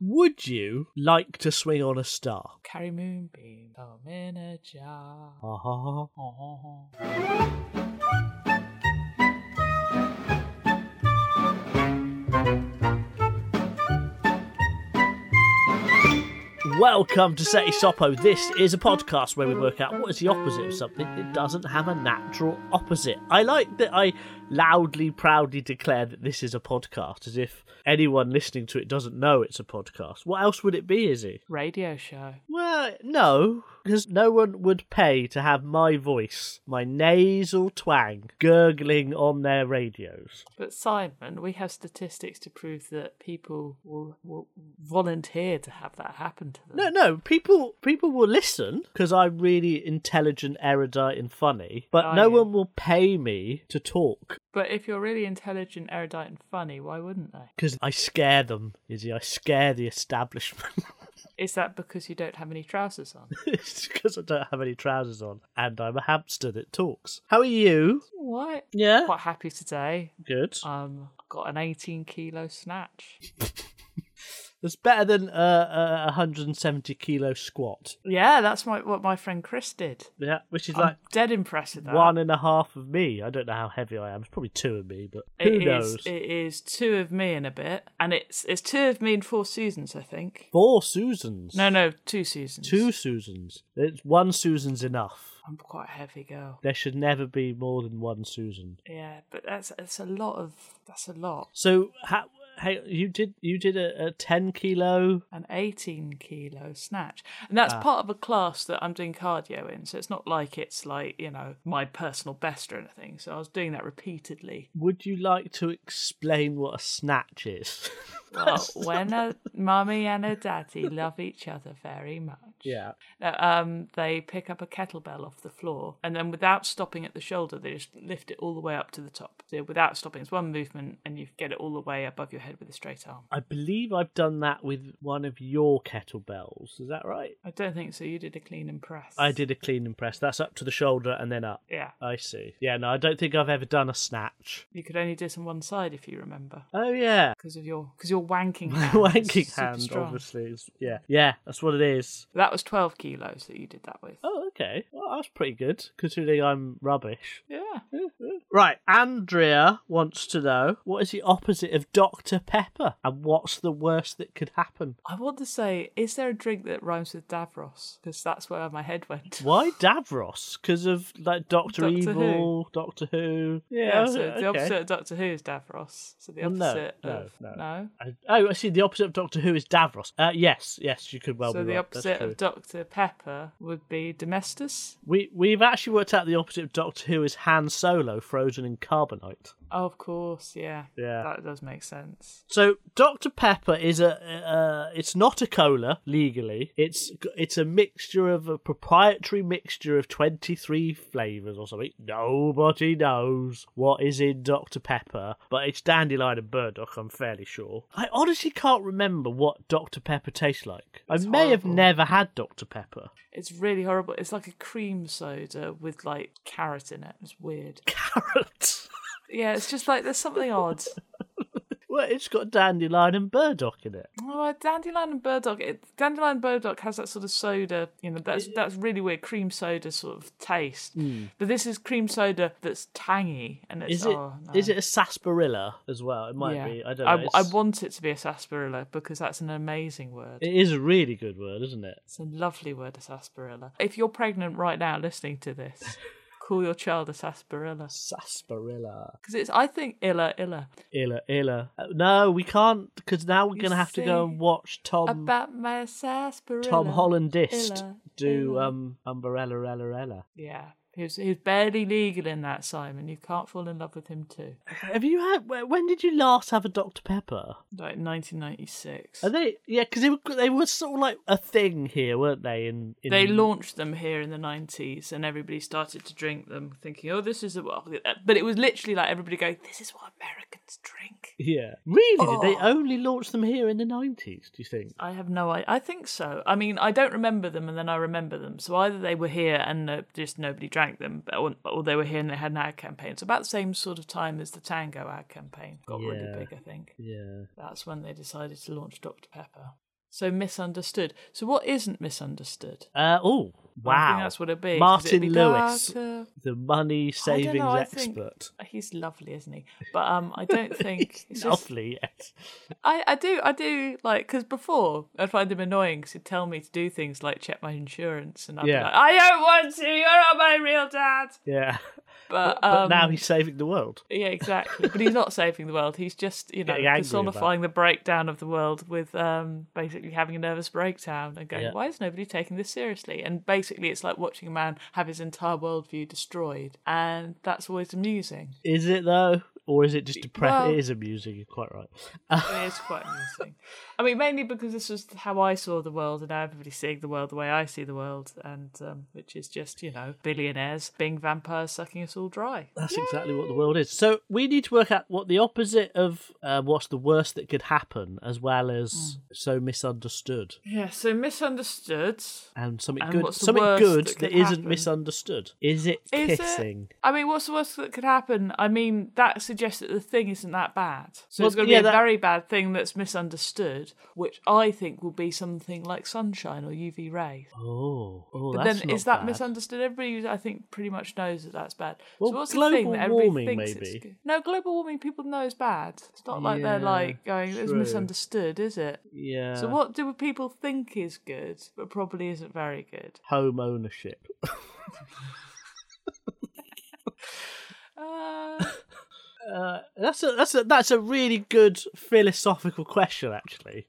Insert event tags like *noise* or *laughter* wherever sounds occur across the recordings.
Would you like to swing on a star? Carry moonbeam, throw 'em in a *laughs* jar. Ha ha ha. ha. Oh. Welcome to Seti Sopo. This is a podcast where we work out what is the opposite of something that doesn't have a natural opposite. I like that I loudly, proudly declare that this is a podcast, as if anyone listening to it doesn't know it's a podcast. What else would it be, Izzy? Radio show. Well, no, because no one would pay to have my voice, my nasal twang, gurgling on their radios. But Simon, we have statistics to prove that people will, will volunteer to have that happen to them. No, no, people people will listen because I'm really intelligent, erudite, and funny. But Are no you? one will pay me to talk But if you're really intelligent, erudite, and funny, why wouldn't they? because I scare them. Izzy, I scare the establishment. *laughs* Is that because you don't have any trousers on? it's because I don't have any trousers on, and I'm a hamster that talks. How are you? what? Yeah, Quite happy today. good. Um, I've got an 18 kilo snatch. That's better than uh, a 170 kilo squat. Yeah, that's my what my friend Chris did. Yeah, which is I'm like dead impressed with that. one and a half of me. I don't know how heavy I am. It's probably two of me, but who It is- knows? it is two of me in a bit, and it's it's two of me and four Susans, I think. Four Susans. No, no, two Susans. Two Susans. It's one Susan's enough. I'm quite a heavy girl. There should never be more than one Susan. Yeah, but that's that's a lot of that's a lot. So how, hey, you did you did a, a ten kilo? An 18 kilo snatch, and that's part of a class that I'm doing cardio in. So it's not like it's like you know my personal best or anything. So I was doing that repeatedly. Would you like to explain what a snatch is? *laughs* Well, when a mummy and a daddy love each other very much, yeah. No, um, they pick up a kettlebell off the floor and then without stopping at the shoulder, they just lift it all the way up to the top. So without stopping, it's one movement and you get it all the way above your head with a straight arm. I believe I've done that with one of your kettlebells. Is that right? I don't think so. You did a clean and press. I did a clean and press. That's up to the shoulder and then up. Yeah. I see. Yeah, no, I don't think I've ever done a snatch. You could only do this on one side if you remember Oh *laughs* yeah, because of your because your *laughs* wanking my hand. is wanking super hand strong. obviously is yeah, yeah. That's what it is. That was 12 kilos that you did that with. Oh okay, well, that's pretty good considering I'm rubbish. Yeah. Right, Andrea wants to know what is the opposite of Dr Pepper and what's the worst that could happen. I want to say, is there a drink that rhymes with Davros? Because that's where my head *laughs* went. Why Davros? Because of like Doctor, Doctor Who. Evil, Doctor Who. Yeah, so Oh, okay. the opposite of Doctor Who is Davros. So the Well, no, opposite no, of no. no? I- Oh, I see. The opposite of Doctor Who is Davros. Uh, yes, yes, you could well so be the right. That's opposite true. of Doctor Pepper would be Domestus. We we've actually worked out the opposite of Doctor Who is Han Solo frozen in carbonite. Oh, of course, yeah. Yeah. That does make sense. So Dr Pepper is a uh, it's not a cola legally. It's it's a mixture of a proprietary mixture of 23 flavors or something. Nobody knows what is in Dr Pepper, but it's dandelion and burdock, I'm fairly sure. I honestly can't remember what Dr Pepper tastes like. It's I may have horrible. never had Dr Pepper. *laughs* It's really horrible. It's like a cream soda with like carrot in it. It's weird. Carrots. Yeah, it's just like there's *laughs* something odd. well, it's got dandelion and burdock in it. Oh, dandelion and burdock. It, dandelion and burdock has that sort of soda, you know, that's that's really weird cream soda sort of taste. But this is cream soda that's tangy and it's Hmm. Is it is oh, no. it a sarsaparilla as well? It might Yeah. be. I don't know. I, I It's- want it to be a sarsaparilla because that's an amazing word. It is a really good word, isn't it? It's a lovely word, a sarsaparilla. If you're pregnant right now listening *laughs* to this, call your child a sarsaparilla. Sarsaparilla. Because it's, I think, illa, illa. Illa, illa. Uh, No, we can't, because now we're You going to have to go and see, watch Tom About my sarsaparilla. Tom Hollandist illa, do illa. um Umbrella, ella, ella. Yeah. He was, he was barely legal in that, Simon. You can't fall in love with him too. Have you had? wh- When did you last have a Dr Pepper? Like 1996. Are they? Yeah, because they were they were sort of like a thing here, weren't they? In, in They launched them here in the 90s and everybody started to drink them thinking, oh, this is a... Well. But it was literally like everybody going, this is what Americans drink. yeah. Really? Did they Oh. only launch them here in the nineties? Do you think? I have no idea. I think so. I mean, I don't remember them, and then I remember them. So either they were here and uh, just nobody drank them, but- or, or they were here and they had an ad campaign. It's about the same sort of time as the Tango ad campaign got really Yeah. big. I think Yeah. that's when they decided to launch Dr Pepper. So misunderstood. So what isn't misunderstood? Uh, oh, I wow. think that's what it'd be. 'cause Martin it'd be Lewis, darker. the money I don't savings know, I think- expert. He's lovely, isn't he? But um, I *laughs* don't think it's just, Lovely, yes. I, I do I do like because before I'd find him annoying because he'd tell me to do things like check my insurance and I'd Yeah. be like I don't want to. You're not my real dad. Yeah. *laughs* But, But um, now he's saving the world. yeah, exactly. But he's not saving the world. He's just you know Getting angry personifying the breakdown of the world with um basically having a nervous breakdown and going Yeah. why is nobody taking this seriously? And basically it's like watching a man have his entire worldview destroyed and that's always amusing. Is it though? Or is it just depressing? Well- it is amusing, you're quite right. It is quite amusing. I mean, mainly because this was how I saw the world, and now everybody's seeing the world the way I see the world, and um, which is just you know billionaires being vampires, sucking us all dry. That's exactly what the world is. So we need to work out what the opposite of uh, what's the worst that could happen, as well as Hmm. so misunderstood, Yeah. So misunderstood. and something And good, what's the something worst good that that could isn't happen? misunderstood. Is it Is it? kissing? I mean, what's the worst that could happen? I mean, that suggests that the thing isn't that bad. So Well, it's going to yeah, be a that- very bad thing that's misunderstood, which I think will be something like sunshine or UV rays. Oh, oh, But that's then not is that bad. misunderstood? Everybody, I think, pretty much knows that that's bad. Well, so what's the global thing that everybody warming, thinks it's maybe. good? No, global warming people know is bad. It's not like they're Yeah, like going, it's true. misunderstood, is it? Yeah. So what do people think is good, but probably isn't very good? Home ownership. Uh, *laughs* Uh, that's a that's a that's a really good philosophical question, actually.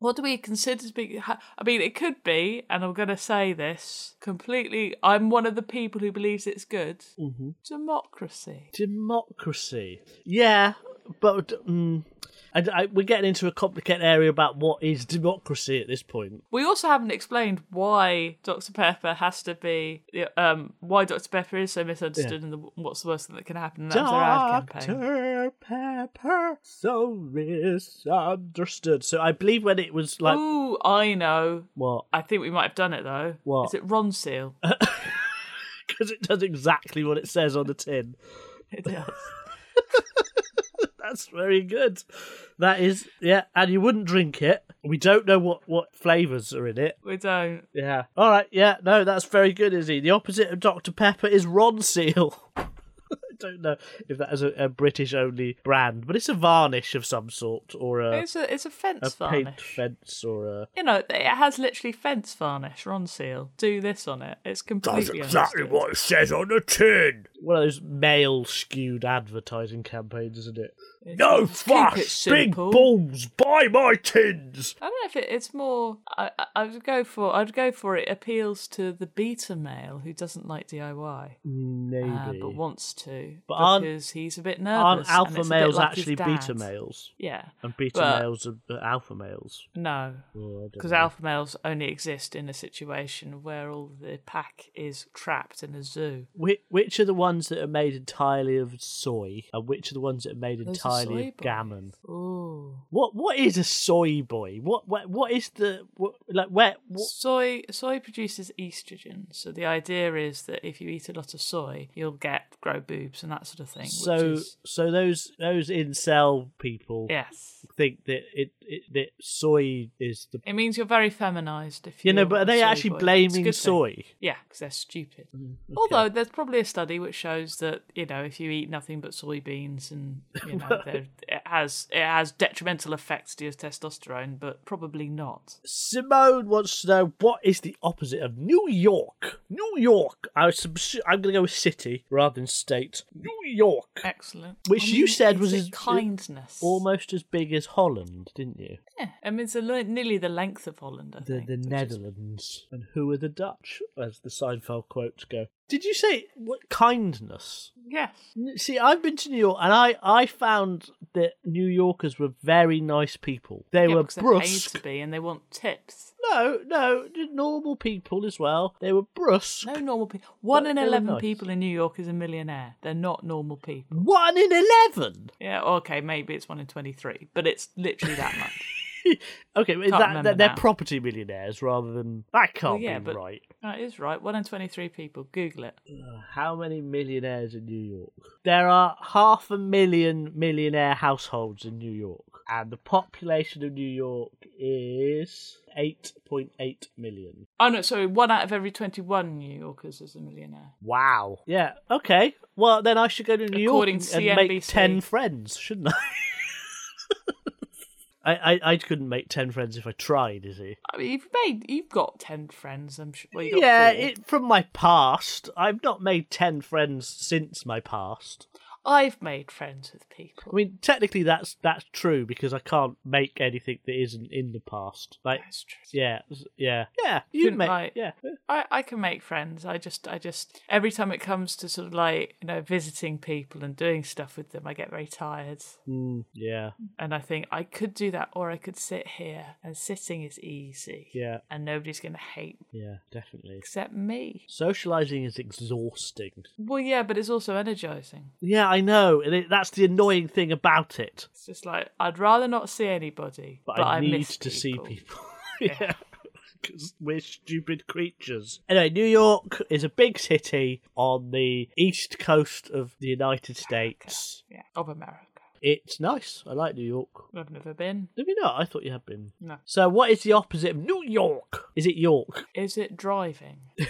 what do we consider to be? ha- I mean, it could be, and I'm going to say this completely. I'm one of the people who believes it's good. Mm-hmm. Democracy. Democracy. Yeah, but mm, I, I, we're getting into a complicated area about what is democracy at this point. We also haven't explained why Dr. Pepper has to be, um, why Dr. Pepper is so misunderstood and the, what's the worst thing that can happen. And that was their ad campaign. Dr. Pepper, so misunderstood. So I believe when it was like, Ooh, I know. *laughs* well, I think we might have done it though. What? Is it *laughs* Ron Seal? *laughs* because it does exactly what it says on the tin. it does. That's very good. That is, yeah, and you wouldn't drink it. We don't know what what flavors are in it. We don't. Yeah. All right. Yeah. No, that's very good, Izzy. The opposite of Dr. Pepper is Ron Seal. *laughs* I don't know if that is a, a British only brand, but it's a varnish of some sort or a, It's a, it's a fence a paint varnish. fence or a. You know, it has literally fence varnish, Ron Seal. Do this on it. It's completely understood. it says on the tin. One of those male skewed advertising campaigns, isn't it? No it fuss, big simple. balls, buy my tins. I don't know if it, it's more. I, I, I would go for. I'd go for it. Appeals to the beta male who doesn't like DIY. Maybe. uh, but wants to But aren't- because he's a bit nervous. Aren't and alpha it's a bit males like his actually dad. beta males? Um, Yeah, And beta But- males are, are alpha males. no, Oh, I don't because know. alpha males only exist in a situation where all the pack is trapped in a zoo. Which, which are the ones that are made entirely of soy, and which are the ones that are made Those are entirely soy of gammon? boys. Ooh, What what is a soy boy? What what, what is the what, like where? What, soy soy produces estrogen, so the idea is that if you eat a lot of soy, you'll get grow boobs and that sort of thing. which so is, so those those incel people yes. think that it, it that soy is the It means you're very feminized if you you know, but are they actually blaming Mm-hmm. soy? soy? Yeah, because they're stupid. Although there's probably a study which shows that you know if you eat nothing but soybeans and *laughs* you know there- it has it has detrimental effects to your testosterone, but probably not. Simone wants to know what is the opposite of New York. New York. I was, I'm going to go with city rather than state. New York. Excellent. Which you said is was it as- kindness. almost as big as Holland, didn't you? Yeah. I mean, it's a li- nearly the length of Holland. I The, think. the which is- Netherlands. And who are the Dutch, as the Seinfeld quotes go. Did you say what kindness? Yes. N- See, I've been to New York, and I, I found that New Yorkers were very nice people. They Yeah, were 'cause they're paid brusque. to be, and they want tips. No, no, the normal people as well. They were brusque. No normal people. One But in they were eleven nice. people in New York is a millionaire. They're not normal people. One in eleven. Yeah. Okay. Maybe it's one in twenty-three, but it's literally that much. Okay, but is Can't that, remember that they're now. property millionaires rather than that *laughs* can't Well, yeah, be but- right. That is right. One in 23 people. Google it. How many millionaires in New York? There are half a million millionaire households in New York, and the population of New York is 8.8 million. Oh no, sorry, one out of every twenty-one New Yorkers is a millionaire. Wow. Yeah. Okay. Well, then I should go to New According York to and make CNBC. 10 friends, shouldn't I? *laughs* I, I, I couldn't make 10 friends if I tried, is he? I mean, you've made you've got ten friends. I'm sure. Well, you got Yeah, four. it, from my past. I've not made 10 friends since my past. I've made friends with I people. mean, technically that's that's true because I can't make anything that isn't in the past. Like, That's true. yeah, yeah, yeah. You Didn't make, I- yeah. I, I can make friends. I just I just every time it comes to sort of like you know visiting people and doing stuff with them, I get very tired, Mm, yeah, and I think I could do that, or I could sit here, and sitting is easy, yeah, and nobody's gonna hate me yeah, definitely. except me. Socializing is exhausting. Well, yeah, but it's also energizing. Yeah, I know. And it, that's the annoying thing about it. It's just like I'd rather not see anybody, But, but, I, need miss to see people. *laughs* yeah. Yeah. Because we're stupid creatures. Anyway, New York is a big city on the east coast of the United States. Yeah, of America. It's nice. I like New York. I've never been. Have you not? I thought you had been. No. So, what is the opposite of New York? Is it York? Is it driving? *laughs*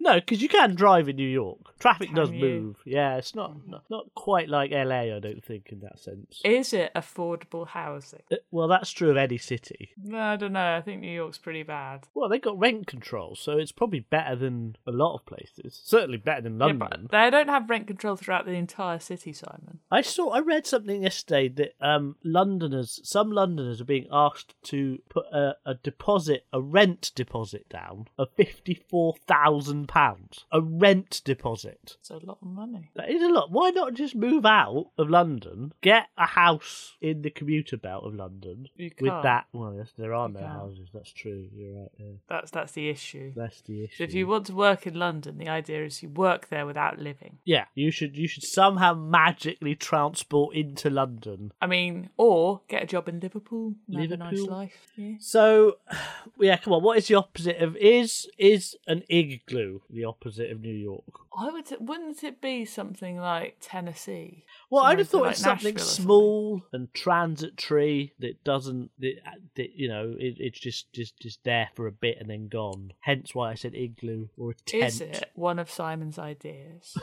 No, because you can drive in New York. Traffic does you? move. Yeah, it's not, not not quite like LA. I don't think in that sense. Is it affordable housing? Uh, Well, that's true of any city. No, I don't know. I think New York's pretty bad. Well, they've got rent control, so it's probably better than a lot of places. Certainly better than Yeah, London. but they don't have rent control throughout the entire city, Simon. I saw, I read something yesterday that um, Londoners, some Londoners, are being asked to put a, a deposit, a rent deposit down of fifty-four thousand pounds. A rent deposit. It's a lot of money. That is a lot. Why not just move out of London, get a house in the commuter belt of London? You With can't. that, well, yes, there are You no can't. houses. That's true. You're right. Yeah. That's that's the issue. That's the issue. So if you want to work in London, the idea is you work there without living. Yeah, you should you should somehow magically transport into London. I mean, or get a job in Liverpool, and have a nice Liverpool. life. Yeah. So, *sighs* yeah, come on. What is the opposite of is is an igloo the opposite of New York? I would. Wouldn't it be something like Tennessee? Well, I'd have Something thought like it's something Nashville or something. small and transitory that doesn't that, that you know it, it's just just just there for a bit and then gone. Hence why I said igloo or a tent. Is it one of *laughs* Simon's ideas?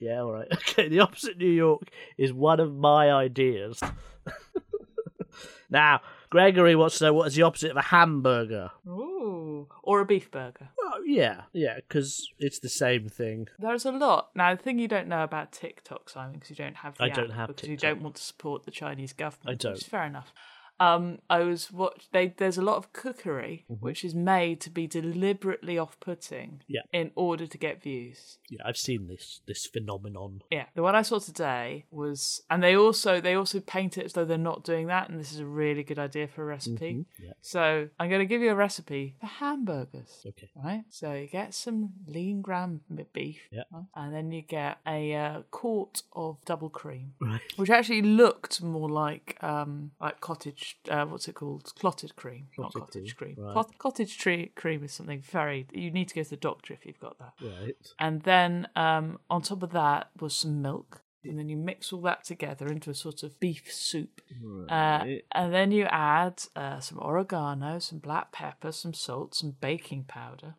Yeah, all right. *laughs* Okay, the opposite New York is one of my ideas. *laughs* now, Gregory wants to know what is the opposite of a hamburger. Ooh, or a beef burger. Well, yeah, yeah, because it's the same thing. There's a lot. Now, the thing you don't know about TikTok, Simon, because you don't have the I don't app, have because you TikTok. don't want to support the Chinese government. I don't. Which is fair enough. Um, I was watch. They, there's a lot of cookery which is made to be deliberately off-putting Mm-hmm. Yeah. in order to get views. Yeah, I've seen this this phenomenon. *laughs* Yeah, the one I saw today was, and they also they also paint it as though they're not doing that, and this is a really good idea for a recipe. Mm-hmm, So I'm going to give you a recipe for hamburgers. Okay. Right. So you get some lean ground m- beef, Yeah. right? and then you get a uh, quart of double cream, Right. which actually looked more like um like cottage uh, what's it called clotted cream, Clotted not cottage cream, cream. right. Clot- cottage tree cream is something very you need to go to the doctor if you've got that. Right. And then um, on top of that was some milk. And then you mix all that together into a sort of beef soup. Uh, and then you add uh, some oregano, some black pepper, some salt, some baking *laughs* powder.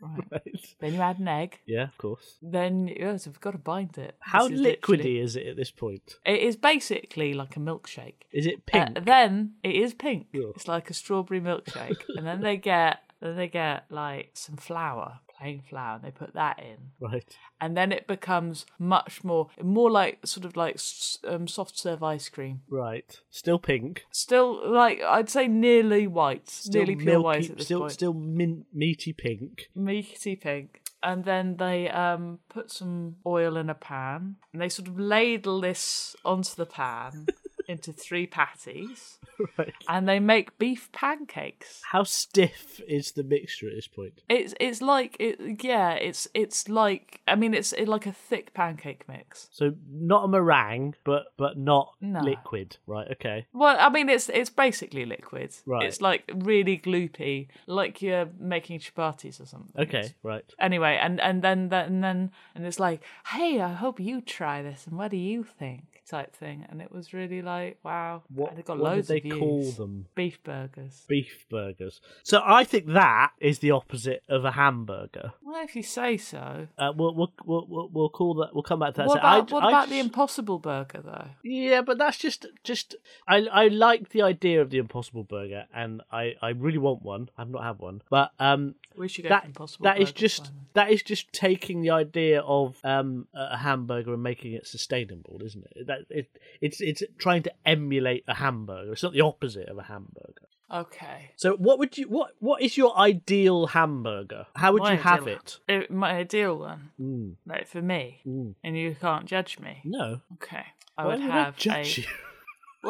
Right. right. *laughs* Then you add an egg. Yeah, of course. Then, yes, we've got to bind it. How This is liquidy literally- is it at this point? It is basically like a milkshake. Is it Uh, pink? then it is pink. Yeah. It's like a strawberry milkshake. and then they get then they get like some flour, plain flour, and they put that in right. and then it becomes much more more like sort of like s- um, soft serve ice cream Right. Still pink. still like i'd say nearly white Still nearly pure milky, white at this still point still min- meaty *laughs* pink. meaty pink and then they um, put some oil in a pan and they sort of ladle this onto *laughs* the pan into three patties Right. and they make beef pancakes How stiff is the mixture at this point? it's it's like it yeah it's it's like i mean it's like a thick pancake mix So not a meringue, but but not No. liquid. Right. Okay. Well, I mean, it's it's basically liquid. Right. It's like really gloopy, like you're making chapatis or something. Okay. Right. Anyway, and and then then and then and it's like, hey, I hope you try this, and what do you think? type thing, and it was really like, wow, What, they got what loads did they of views. call them? Beef burgers. Beef burgers. So I think that is the opposite of a hamburger. Well, if you say so. Uh, we'll, we'll, we'll- we'll, we'll call that. We'll come back to that. what So I- about, what I about just- the Impossible Burger though? Yeah, but that's just just I I like the idea of the Impossible Burger, and I I really want one. I've not had one, but um, We should go that for Impossible. that is Burgers, just Simon. that is just taking the idea of um a hamburger and making it sustainable, isn't it? That it it's it's trying to emulate a hamburger. It's not the opposite of a hamburger. okay. So what would you what what is your ideal hamburger? How would My you have ideal- it? Uh, My ideal one, Mm, like for me, mm. and you can't judge me. No, Okay, I Why would would have judge a. you?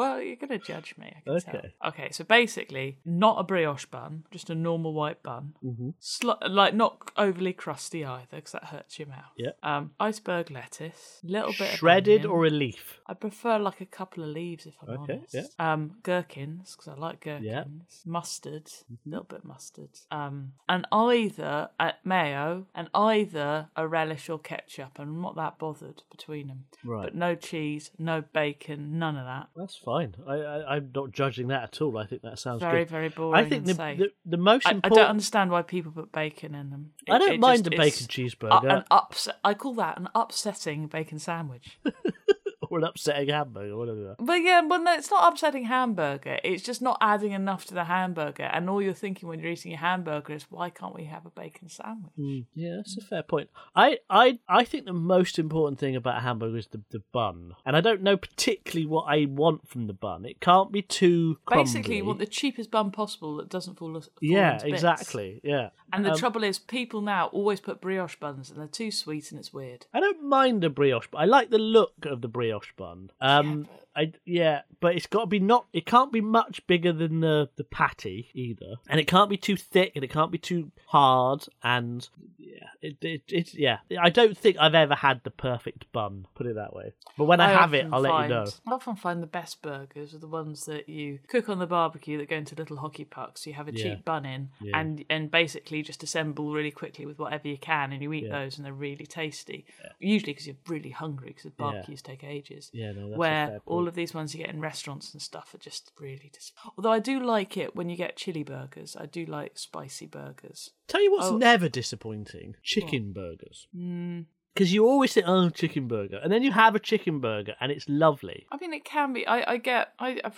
Well, you're gonna judge me. I can Okay. Tell. Okay. So basically, not a brioche bun, just a normal white bun. Mhm. Sli- like not overly crusty either, because that hurts your mouth. Yeah. Um, iceberg lettuce, little bit of Shredded onion. or a leaf? I prefer like a couple of leaves if I'm Okay, honest. Um, gherkins because I like gherkins. Yeah. Mm-hmm. Mustard, a little bit of mustard. Um, and either uh, mayo and either a relish or ketchup. I'm not that bothered between them. Right. But no cheese, no bacon, none of that. That's fine. I, I I'm not judging that at all. I think that sounds Very good. very boring. I think and the, safe. the the most I, I important. don't understand why people put bacon in them. It- I don't it mind just- a it's bacon a- cheeseburger an upset. I call that an upsetting bacon sandwich. *laughs* or an upsetting hamburger, whatever. But yeah, well, no, it's not upsetting hamburger. It's just not adding enough to the hamburger. And all you're thinking when you're eating a hamburger is, why can't we have a bacon sandwich? Yeah, that's a fair point. I, I I think the most important thing about a hamburger is the, the bun, and I don't know particularly what I want from the bun. It can't be too crumbly. Basically, you want the cheapest bun possible that doesn't fall. fall yeah, into bits. exactly. Um, Yeah, And the trouble is, people now always put brioche buns, and they're too sweet, and it's weird. I don't mind a brioche, but I like the look of the brioche bun. Um, I yeah, but it's got to be not. It can't be much bigger than the the patty either, and it can't be too thick, and it can't be too hard. And yeah, it it, it yeah. I don't think I've ever had the perfect bun. Put it that way. But when I, have it, often I'll let you find- know. I often find the best burgers are the ones that you cook on the barbecue that go into little hockey pucks. You have a Yeah. cheap bun in, and and basically just assemble really quickly with whatever you can, and you eat those, and they're really tasty. Usually because you're really hungry because barbecues take ages. Yeah, no, that's a fair Where all point. of these ones you get in restaurants and stuff are just really dis- Although I do like it when you get chili burgers. I do like spicy burgers. Tell you what's Oh. never disappointing: chicken burgers. Because you always think, "Oh, chicken burger," and then you have a chicken burger, and it's lovely. I mean, it can be. I, I get. I, I.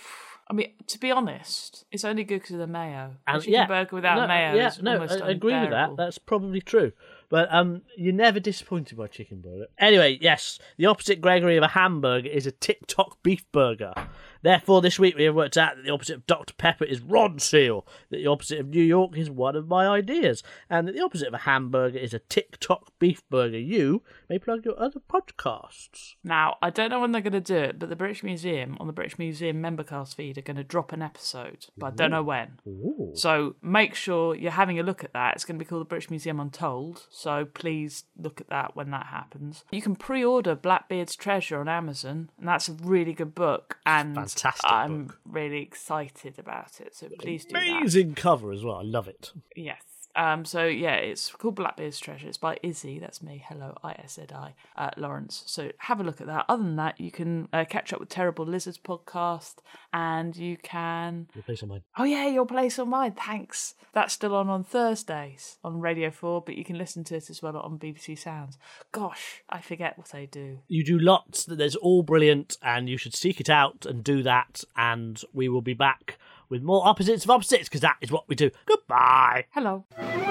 I mean, to be honest, it's only good because of the mayo. A And- chicken burger without no, uh, mayo yeah, is no, almost I, I agree with that. unbearable. That's probably true. But um, you're never disappointed by chicken burger. Anyway, yes, the opposite Gregory of a hamburger is a TikTok beef burger. Therefore, this week we have worked out that the opposite of Dr. Pepper is Rod Seal, that the opposite of New York is one of my ideas, and that the opposite of a hamburger is a TikTok beef burger. You may plug your other podcasts. Now, I don't know when they're going to do it, but the British Museum on the British Museum membercast feed are going to drop an episode, but I don't know when. Ooh. So make sure you're having a look at that. It's going to be called the British Museum Untold. So please look at that when that happens. You can pre-order Blackbeard's Treasure on Amazon, and that's a really good book. And Fantastic I'm book. really excited about it. So please do that. Amazing cover as well. I love it. Yes. Um, so yeah, it's called Blackbeard's Treasure. It's by Izzy. That's me. Hello, I S Z I uh, Lawrence. So have a look at that. Other than that, you can uh, catch up with Terrible Lizards podcast, and you can. Your place on my Oh yeah, your place on mine. Thanks. That's still on on Thursdays on Radio Four, but you can listen to it as well on BBC Sounds. Gosh, I forget what I do. you do lots that there's all brilliant and you should seek it out and do that and we will be back with more opposites of opposites because that is what we do goodbye Hello. Thank